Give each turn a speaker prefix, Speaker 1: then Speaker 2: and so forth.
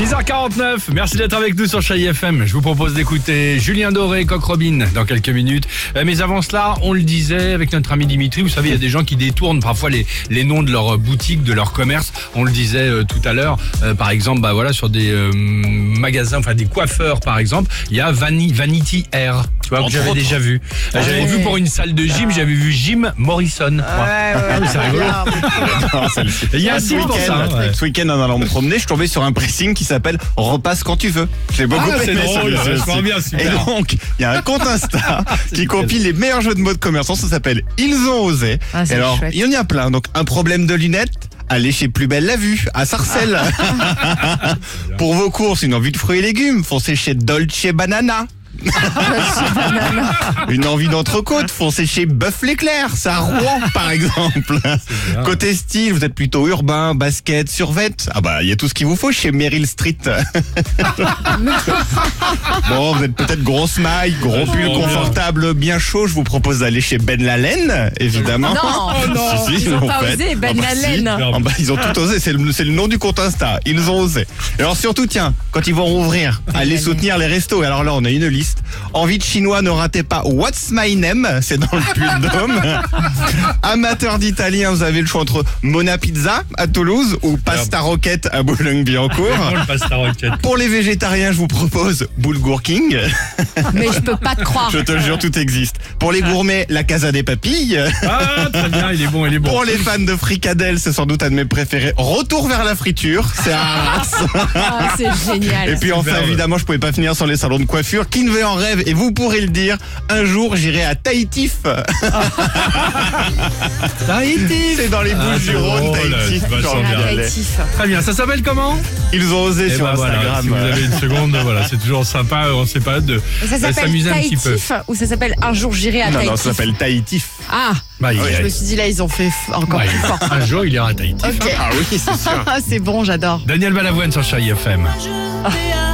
Speaker 1: 8h49, merci d'être avec nous sur Chai FM. Je vous propose d'écouter Julien Doré, Coq Robin dans quelques minutes. Euh, Mais avant cela, on le disait avec notre ami Dimitri, vous savez, il y a des gens qui détournent parfois les, les noms de leurs boutiques, de leur commerce. On le disait euh, tout à l'heure, euh, par exemple, bah voilà, sur des euh, magasins, enfin des coiffeurs par exemple, il y a Vani- Vanity Air, tu vois, que
Speaker 2: Entre
Speaker 1: j'avais
Speaker 2: autres. Ah
Speaker 1: déjà vu. Euh, J'avais
Speaker 3: Ouais.
Speaker 1: vu pour une salle de gym, j'avais vu Jim Morrison. moi.
Speaker 2: Ah
Speaker 3: ouais,
Speaker 1: c'est rigolo.
Speaker 2: Non, celle-ci.
Speaker 1: Il y a un
Speaker 2: ce
Speaker 1: signe pour ça,
Speaker 2: Ah, week-end,
Speaker 1: ouais.
Speaker 2: ce week-end, en allant me promener, je suis tombé sur un pressing qui s'appelle Repasse quand tu veux. J'ai beaucoup
Speaker 1: Ah, c'est
Speaker 2: aimé
Speaker 1: drôle,
Speaker 2: celui-ci
Speaker 1: je crois
Speaker 2: aussi.
Speaker 1: bien, super.
Speaker 2: Et donc, il y a un compte Insta qui compile les meilleurs jeux de mots de commerçants. Ça s'appelle Ils ont osé.
Speaker 3: Ah, c'est
Speaker 2: Et alors,
Speaker 3: chouette.
Speaker 2: il y en a plein. Donc, un problème de lunettes. Allez chez Plus Belle la Vue, à Sarcelles. Pour vos courses, une envie de fruits et légumes, foncez chez Dolce Banana. Une envie d'entrecôte, foncez chez Bœuf l'éclair, ça Rouen par exemple. Côté style, vous êtes plutôt urbain, basket, survêt. Ah bah, il y a tout ce qu'il vous faut chez Meryl Street. bon, vous êtes peut-être grosse maille, gros pull
Speaker 1: comprends bien.
Speaker 2: confortable, bien chaud. Je vous propose d'aller chez Ben Lalen, évidemment.
Speaker 3: Non. Oh non.
Speaker 2: Si, si,
Speaker 3: Ils ont
Speaker 2: en
Speaker 3: pas
Speaker 2: fait.
Speaker 3: osé, Ben
Speaker 2: Ah bah si.
Speaker 3: Lalen.
Speaker 2: Ah bah, ils ont tout osé, c'est le, c'est le nom du compte Insta. Ils ont osé. Et alors surtout, tiens, quand ils vont rouvrir, allez soutenir les restos. Et Alors là, on a une liste. Envie de chinois, ne ratez pas What's My Name, c'est dans le Puy-de-Dôme. Amateur d'italien, vous avez le choix entre Mona Pizza à Toulouse ou Pasta Rocket à Boulogne-Billancourt.
Speaker 1: On le passe ta roquette.
Speaker 2: Pour les végétariens, je vous propose Bulgur King.
Speaker 3: Mais je peux pas te croire.
Speaker 2: Je te le jure, tout existe. Pour les
Speaker 3: Ah.
Speaker 2: gourmets, la Casa des Papilles.
Speaker 1: Ah, très bien, il est bon, il est bon.
Speaker 2: Pour les fans de fricadelle, c'est sans doute un de mes préférés. Retour vers la friture, c'est un race.
Speaker 3: Ah, c'est
Speaker 2: Et
Speaker 3: génial.
Speaker 2: puis enfin,
Speaker 1: Superbe.
Speaker 2: évidemment, je pouvais pas finir sans les salons de coiffure. Qui ne veut en rêve Et vous pourrez le dire, un jour, j'irai à Tahiti. Tahiti C'est dans les
Speaker 1: Ah,
Speaker 2: Bouches
Speaker 1: c'est
Speaker 2: du Rhône,
Speaker 1: drôle,
Speaker 2: Tahiti.
Speaker 1: c'est vachement
Speaker 2: J'ai envie
Speaker 1: bien.
Speaker 2: d'y aller.
Speaker 3: Attractif.
Speaker 1: Très bien, ça s'appelle comment
Speaker 2: Ils ont osé
Speaker 1: Eh
Speaker 2: sur
Speaker 1: ben voilà,
Speaker 2: Instagram.
Speaker 1: si vous avez une seconde, voilà, c'est toujours sympa, euh, on sait pas de
Speaker 3: Et Ça
Speaker 1: de
Speaker 3: s'appelle
Speaker 1: s'amuser un petit peu.
Speaker 3: Taïtif ou ça s'appelle Un jour j'irai à
Speaker 2: Non, non,
Speaker 3: Taïtif
Speaker 2: ça s'appelle Tahiti.
Speaker 3: Ah,
Speaker 1: Bah, il-
Speaker 3: je me suis dit là ils ont fait f- encore
Speaker 1: bah, il-
Speaker 3: plus fort.
Speaker 1: un jour, il ira à Tahiti.
Speaker 3: Ok,
Speaker 2: Ah oui, c'est sûr.
Speaker 3: c'est bon, j'adore.
Speaker 1: Daniel Balavoine sur Chai FM.
Speaker 4: Je vais à